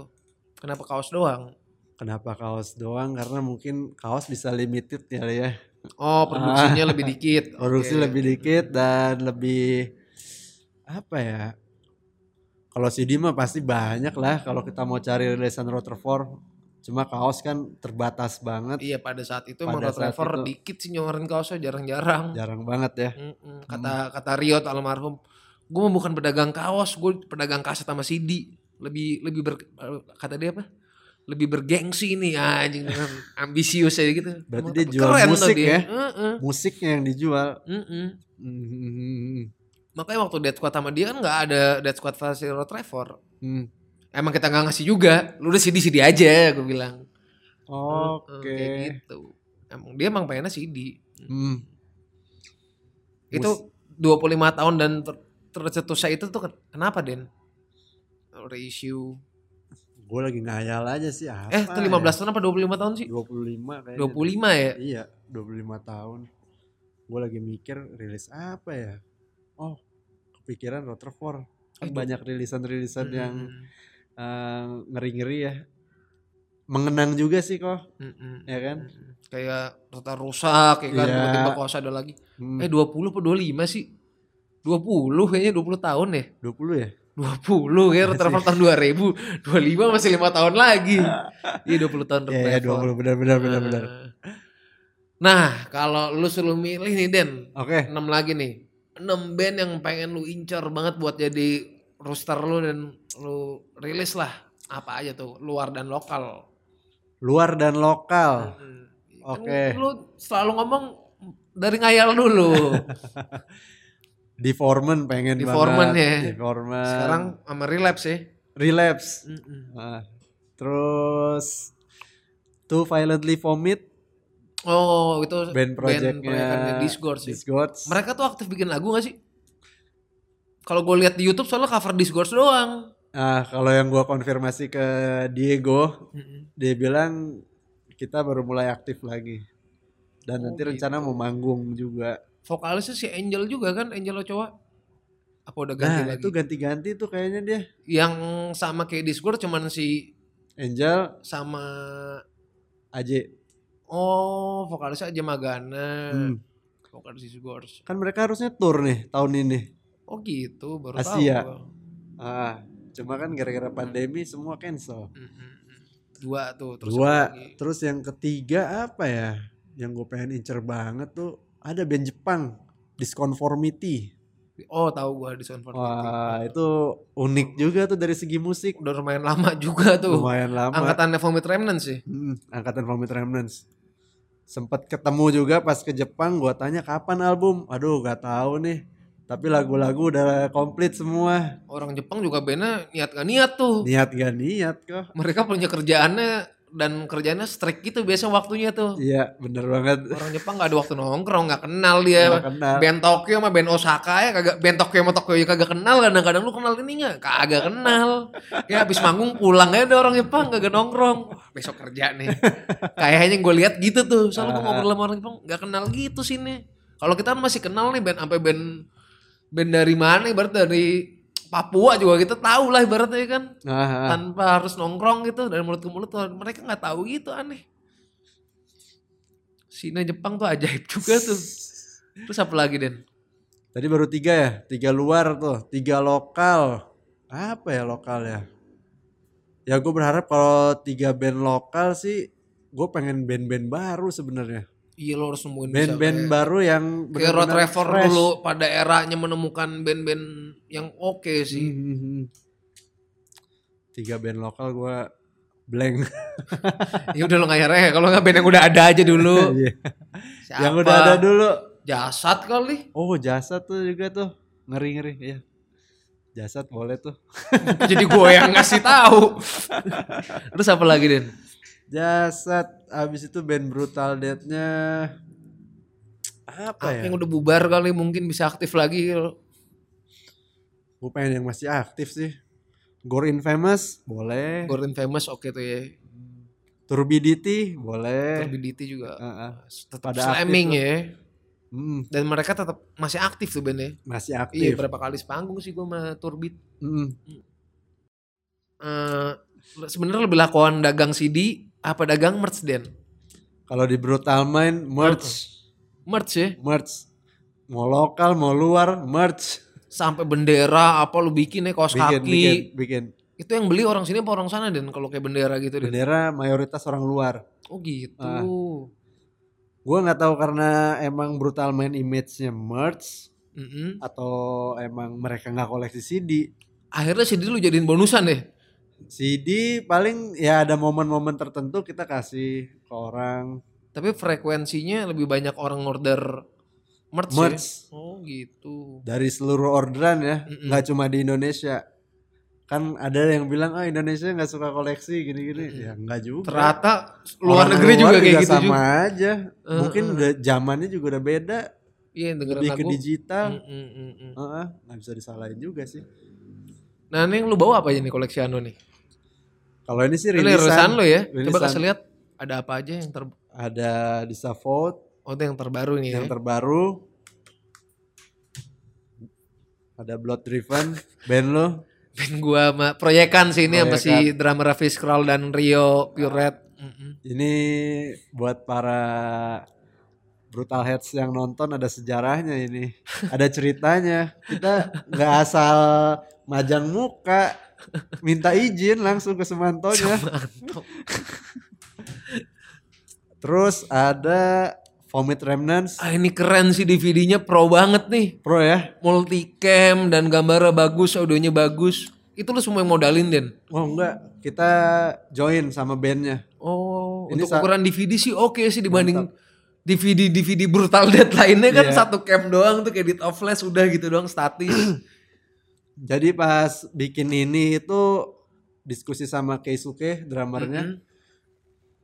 Kenapa kaos doang? Kenapa kaos doang? Karena mungkin kaos bisa limited ya ya. Oh produksinya lebih dikit. <laughs> Produksi Oke. lebih dikit dan lebih apa ya? Kalau CD mah pasti banyak lah kalau kita mau cari rilisan Rutherford. Cuma kaos kan terbatas banget, Iya pada saat itu emang Road Pada saat Trevor itu. dikit sih nyorin kaosnya jarang-jarang. jarang banget ya. Mm-mm. Kata kata Rio tuh almarhum, gue bukan pedagang kaos, gue pedagang kaset sama CD. Lebih lebih ber, kata dia apa? Lebih bergengsi nih anjing dengan <laughs> ambisius aja gitu. Berarti Emang dia tapi jual keren tuh musik ya? Mm-mm. Musiknya yang <laughs> dijual. Mm-mm. Hmm, Makanya waktu Dead Squad sama dia kan nggak ada Dead Squad versi Road Trevor. hmm. Emang kita nggak ngasih juga, lu udah CD CD aja, gue bilang. Mm-mm, Oke. Kayak gitu. Emang dia emang pengennya CD. Hmm. Itu 25 tahun dan ter tercetusnya itu tuh ken- kenapa Den? Reissue. Gue lagi ngayal aja sih apa. Eh itu 15 tahun apa 25 tahun sih? Ya? 25 kayaknya. 25 ya? Iya, 25 tahun. Gue lagi mikir rilis apa ya? Oh, kepikiran Rutherford. Kan Eh, banyak rilisan-rilisan yang Mm, eh, ngeri-ngeri ya. Mengenang juga sih kok, mm, mm, ya kan? mm. Kayak total rusak ya kan Iya. tiba-tiba kos ada lagi. Hmm, Eh 20 apa 25 sih? 20 kayaknya 20 tahun ya. 20 ya? 20 Iya ya Rutherford tahun 2000 25 masih 5 tahun lagi <laughs> Iya 20 tahun Iya, ya, Rutherford. 20 benar-benar Eh. benar-benar. Nah kalau lu suruh milih nih Den Oke, 6 lagi nih 6 band yang pengen lu incer banget buat jadi roster lu dan lu rilis lah apa aja tuh luar dan lokal luar dan lokal. Mm. Kan Oke. lu selalu ngomong dari ngayal <laughs> dulu Di Foreman pengen Di banget. Foreman ya. Di Foreman. sekarang sama relapse ya Relapse. Mm-mm. Ah, terus Too Violently Vomit oh itu band proyekannya projectnya Discord sih Discords. Mereka tuh aktif bikin lagu gak sih? Kalau gue lihat di YouTube soalnya cover Discourse doang. Ah, kalau yang gua konfirmasi ke Diego, dia bilang kita baru mulai aktif lagi. Dan Oh, nanti rencana mau manggung juga. Vokalisnya si Angel juga kan, Angel Ochoa. Apa udah ganti nah, lagi? itu ganti-ganti tuh kayaknya dia. Yang sama kayak Discourse cuman si Angel, sama AJ. oh vokalisnya aja Magana. Hmm. Vokalis Discourse. Kan mereka harusnya tour nih tahun ini. Oh gitu, baru Asia. tahu. gua. Ah, cuma kan gara-gara pandemi semua cancel. Mm-mm. Dua tuh terus dua apa lagi? terus yang ketiga apa ya yang gue pengen incer banget tuh ada band Jepang Disconformity Oh, tahu gua Discourse. wah itu unik juga tuh dari segi musik Udah lumayan lama juga tuh. lumayan lama Angkatan Vomit Remnant sih. Hmm, angkatan Vomit Remnants sempet ketemu juga pas ke Jepang gue tanya kapan album aduh gak tahu nih tapi lagu-lagu udah komplit semua Iya. Orang Jepang juga bandnya niat gak niat tuh. niat gak niat kok mereka punya kerjaannya dan kerjanya strict gitu biasanya waktunya tuh. Iya, bener banget. Orang Jepang nggak ada waktu nongkrong, nggak kenal dia. Nggak kenal. Band Tokyo sama band Osaka ya kagak band Tokyo sama Tokyo ya kagak kenal kadang-kadang lu kenal ini nggak? Kagak kenal. Ya habis manggung pulang aja udah orang Jepang kagak nongkrong. Wah, besok kerja nih. Kayaknya gue lihat gitu tuh. Soalnya gue ngobrol sama orang Jepang nggak kenal gitu sini. Kalau kita kan masih kenal nih band sampai band band dari mana ibarat dari Papua juga kita tahu lah ibaratnya kan Nah, tanpa harus nongkrong gitu dari mulut ke mulut tuh mereka nggak tahu gitu aneh Sina Jepang tuh ajaib juga tuh terus apa lagi Den tadi baru tiga ya, tiga luar tuh, tiga lokal. Apa ya lokal ya? Ya gue berharap kalau tiga band lokal sih, gue pengen band-band baru sebenarnya. iya lo harus nemuin bisa Band-band baru yang kayak road benar-benar Rever fresh. dulu pada eranya menemukan band-band yang oke sih Mhm. Tiga band lokal gue blank. ya udah lo ngayar ya kalau nggak band yang udah ada aja dulu Iya. Oh, Siapa? <laughs> yang udah ada dulu. jasad kali Oh jasa tuh juga tuh ngeri-ngeri ya. Jasad boleh tuh. jadi gue yang ngasih tahu <laughs> terus apa lagi Den Jasad abis itu band brutal deadnya apa Apa Ah, ya? yang udah bubar kali mungkin bisa aktif lagi Gue pengen yang masih aktif sih. Gore Infamous boleh. Gordon Famous oke tuh ya Turbidity boleh. Turbidity juga Heeh. tetap Pada aktif slamming tuh. ya Hmm, dan mereka tetap masih aktif tuh bandnya masih iya aktif. berapa kali sepanggung sih gue sama Turbit Hmm. Eh, sebenarnya lebih lakuan dagang CD apa dagang merch Den Kalau di Brutal Mind merch, merch ya merch. Mau lokal mau luar merch. sampai bendera apa lu bikin ya kaos Bikin, kaki bikin, bikin. itu yang beli orang sini apa orang sana Den kalau kayak bendera gitu Den Bendera mayoritas orang luar. oh gitu Ah. Gue nggak tahu karena emang Brutal Mind image-nya merch Mm-mm. atau emang mereka nggak koleksi CD. akhirnya CD lu jadiin bonusan ya? deh CD paling ya ada momen-momen tertentu kita kasih ke orang tapi frekuensinya lebih banyak orang order merch, ya? merch oh gitu dari seluruh orderan ya, Mm-mm. nggak cuma di Indonesia. Kan ada yang bilang oh Indonesia nggak suka koleksi gini-gini. Mm-mm. Ya nggak juga. ternyata Orang luar negeri juga kayak gitu sama juga aja. Eh, Mungkin eh. udah zamannya juga udah beda, iya dengerin lebih ke lagu digital. Mm, mm, mm, mm. Heeh, nggak bisa disalahin juga sih. Nah ini yang lu bawa apa aja nih koleksi Anu nih? Kalau ini sih Kan Ini rilisan rilisan, lu ya. Coba Rilisan. kasih lihat ada apa aja yang ter ada Disavout Oh itu yang terbaru nih yang ya. terbaru ada Blood Driven band lo Band gua sama proyekan sih ini sama si Proyekan. drummer Raffi Skrull dan Rio Pure Red. Mm-mm. ini buat para brutal heads yang nonton ada sejarahnya ini ada ceritanya kita nggak asal majang muka minta izin langsung ke semantonya Mantap. terus ada Vomit Remnants Ah ini keren sih DVD-nya pro banget nih. pro ya Multicam dan gambarnya bagus, audionya bagus. Itu lu semua yang modalin Den. oh enggak kita join sama bandnya Oh, Ini untuk sa- ukuran DVD sih oke sih dibanding DVD DVD brutal <laughs> dead lainnya kan Iya. satu cam doang tuh kayak di top flash udah gitu doang statis. Jadi pas bikin ini itu diskusi sama Keisuke Mm-mm. drummernya.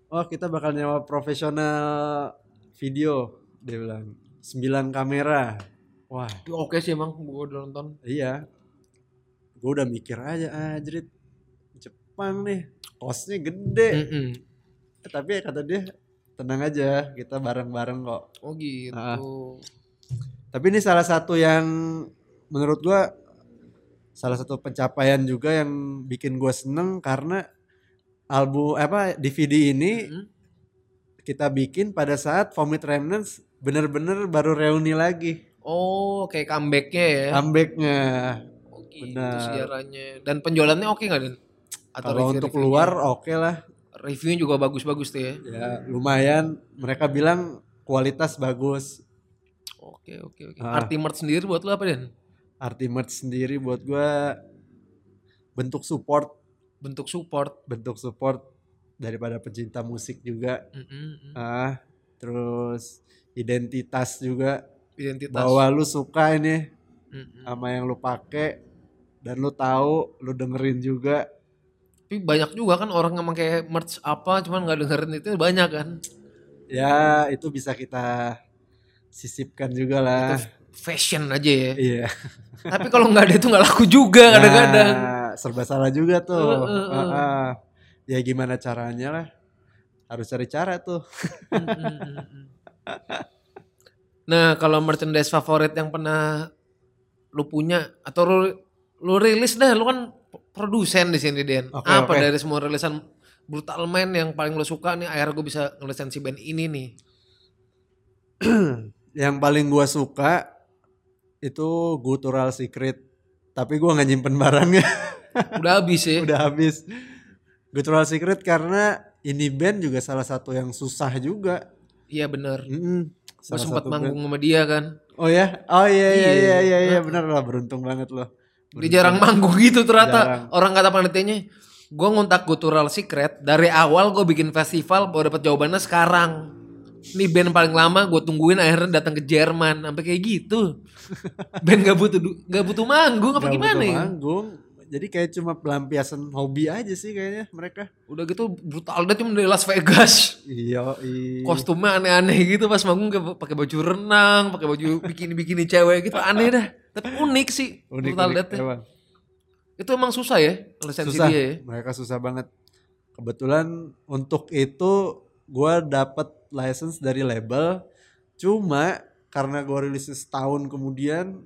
Oh kita bakal nyewa profesional video. Dia bilang 9 kamera. Wah Itu Oke sih emang gue udah nonton. iya. Gue udah mikir aja anjrit. Jepang nih kosnya gede. Mm-mm. Tapi kata dia tenang aja kita bareng-bareng kok. Oh gitu. Ah. Tapi ini salah satu yang menurut gua salah satu pencapaian juga yang bikin gua seneng karena album apa DVD ini Mm-mm. Mm-hmm. kita bikin pada saat Vomit Remnants bener-bener baru reuni lagi Oh kayak comebacknya ya. comebacknya. oh gitu Ah, benar. sejarahnya. Dan penjualannya oke nggak Den? Atau Kalau review- untuk reviewnya? keluar oke lah reviewnya juga bagus-bagus tuh ya. ya lumayan. Mereka bilang kualitas bagus. Oke oke oke. Ah. Arti merch sendiri buat lu apa Den? Arti merch sendiri buat gua bentuk support Bentuk support. bentuk support daripada pecinta musik juga Mm-mm. Ah, terus identitas juga Identitas. bahwa lu suka ini Mm-mm. sama yang lu pakai dan lu tahu lu dengerin juga Tapi banyak juga kan orang yang pakai merch apa cuman nggak dengerin itu banyak kan. ya itu bisa kita sisipkan juga lah Itu fashion aja ya. <laughs> iya Tapi kalau nggak ada itu nggak laku juga <laughs> kadang-kadang. Nah, serba salah juga Eh, tuh eh, eh. Ah, ah. ya gimana caranya lah harus cari cara tuh Nah, kalau merchandise favorit yang pernah lu punya atau lu, lu rilis dah, lu kan produsen di sini Den. Oke, Apa oke. dari semua rilisan Brutal Man yang paling lu suka nih akhirnya gue bisa ngelisan si band ini nih. yang paling gua suka itu gutural secret tapi gua nggak nyimpen barangnya Udah habis ya. <laughs> udah habis gutural secret karena ini band juga salah satu yang susah juga Iya bener. Mm-mm. Gue Salah sempat satu manggung sama dia kan. band. oh ya oh iya iya Iya. iya iya, iya. bener lah beruntung banget loh Dia jarang manggung gitu ternyata. Jarang. Orang kata panitianya, gue ngontak Gutural Secret dari awal gue bikin festival baru dapat jawabannya sekarang. Ini band paling lama gue tungguin akhirnya datang ke Jerman sampai kayak <laughs> gitu. band gak butuh du- gak butuh manggung apa Nggak gimana? butuh ya? manggung jadi kayak cuma pelampiasan hobi aja sih kayaknya mereka Udah gitu brutal dia cuma dari Las Vegas. iya Kostumnya aneh-aneh gitu pas manggung kayak pakai baju renang, pakai baju bikini-bikini cewek gitu aneh dah. Tapi unik sih unik, Brutal unik Death ya. emang. Itu emang susah ya lisensi susah dia ya. mereka susah banget kebetulan untuk itu gua dapat license dari label cuma karena gua rilis setahun kemudian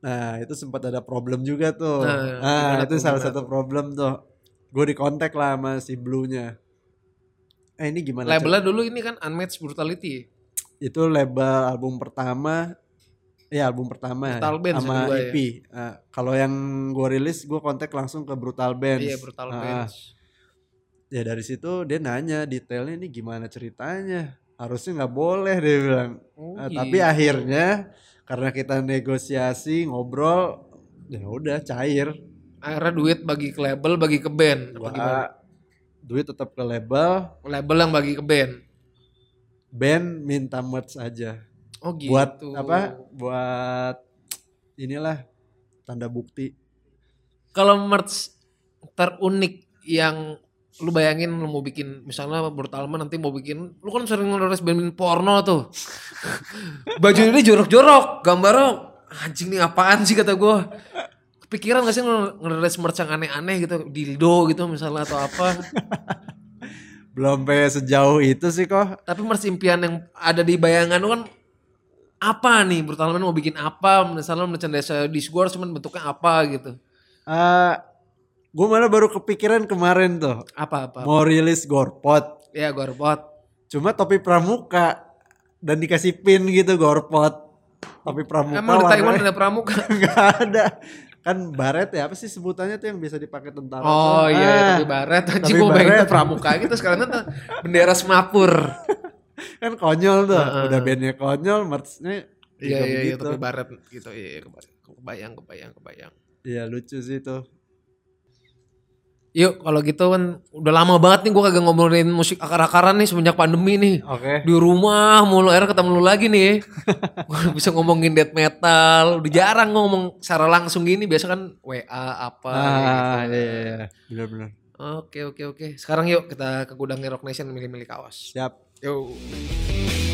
nah itu sempat ada problem juga tuh Nah, nah, gimana itu tuh, salah gimana satu problem tuh gue di kontak lah sama si Blue-nya eh ini gimana Cak? Labelnya dulu ini kan Unmatched Brutality. itu label album pertama ya album pertama Brutal Bands sama yang kedua ya. EP Nah, kalau yang gue rilis gue kontak langsung ke Brutal Bands Iya brutal Nah, bands. ya dari situ dia nanya detailnya ini gimana ceritanya harusnya nggak boleh dia bilang Oh, Nah, iya. tapi akhirnya karena kita negosiasi ngobrol ya udah cair akhirnya duit bagi ke label, bagi ke band. Apa gimana? gua duit tetap ke label Label yang bagi ke band. band minta merch aja Oh gitu. buat apa buat inilah tanda bukti Kalau merch terunik yang lu bayangin lu mau bikin misalnya brutal Man nanti mau bikin lu kan sering ngeluarin band-band porno tuh <laughs> baju ini jorok-jorok gambarnya anjing nih apaan sih kata gue kepikiran gak sih ngeluarin merch yang aneh-aneh gitu dildo gitu misalnya atau apa belum kayak sejauh itu sih kok Tapi merch impian yang ada di bayangan lu kan apa nih brutal Man mau bikin apa misalnya merchandise discord cuman bentuknya apa gitu Eh gue malah baru kepikiran kemarin tuh apa apa mau rilis gorpot ya gorpot cuma topi pramuka dan dikasih pin gitu gorpot topi pramuka emang di Taiwan warnanya ada <laughs> pramuka <laughs> nggak ada kan baret ya apa sih sebutannya tuh yang biasa dipakai tentara oh tuh? iya Ah, tapi baret Tapi anjing gua bayangin baret. tuh pramuka gitu sekarang tuh bendera semapur kan konyol tuh Heeh. udah bandnya konyol merchnya <laughs> iya juga iya iya begitu. tapi baret gitu iya iya, keba- kebayang kebayang kebayang Iya, lucu sih itu yuk kalau gitu kan udah lama banget nih gua kagak ngobrolin musik akar-akaran nih semenjak pandemi nih oke di rumah mulu akhirnya ketemu lu lagi <laughs> nih Gua bisa ngomongin death metal udah jarang ngomong secara langsung gini biasa kan WA apa ah gitu. iya, iya, iya. benar-benar oke oke oke sekarang yuk kita ke gudangnya Rock Nation milih-milih kaos siap yuk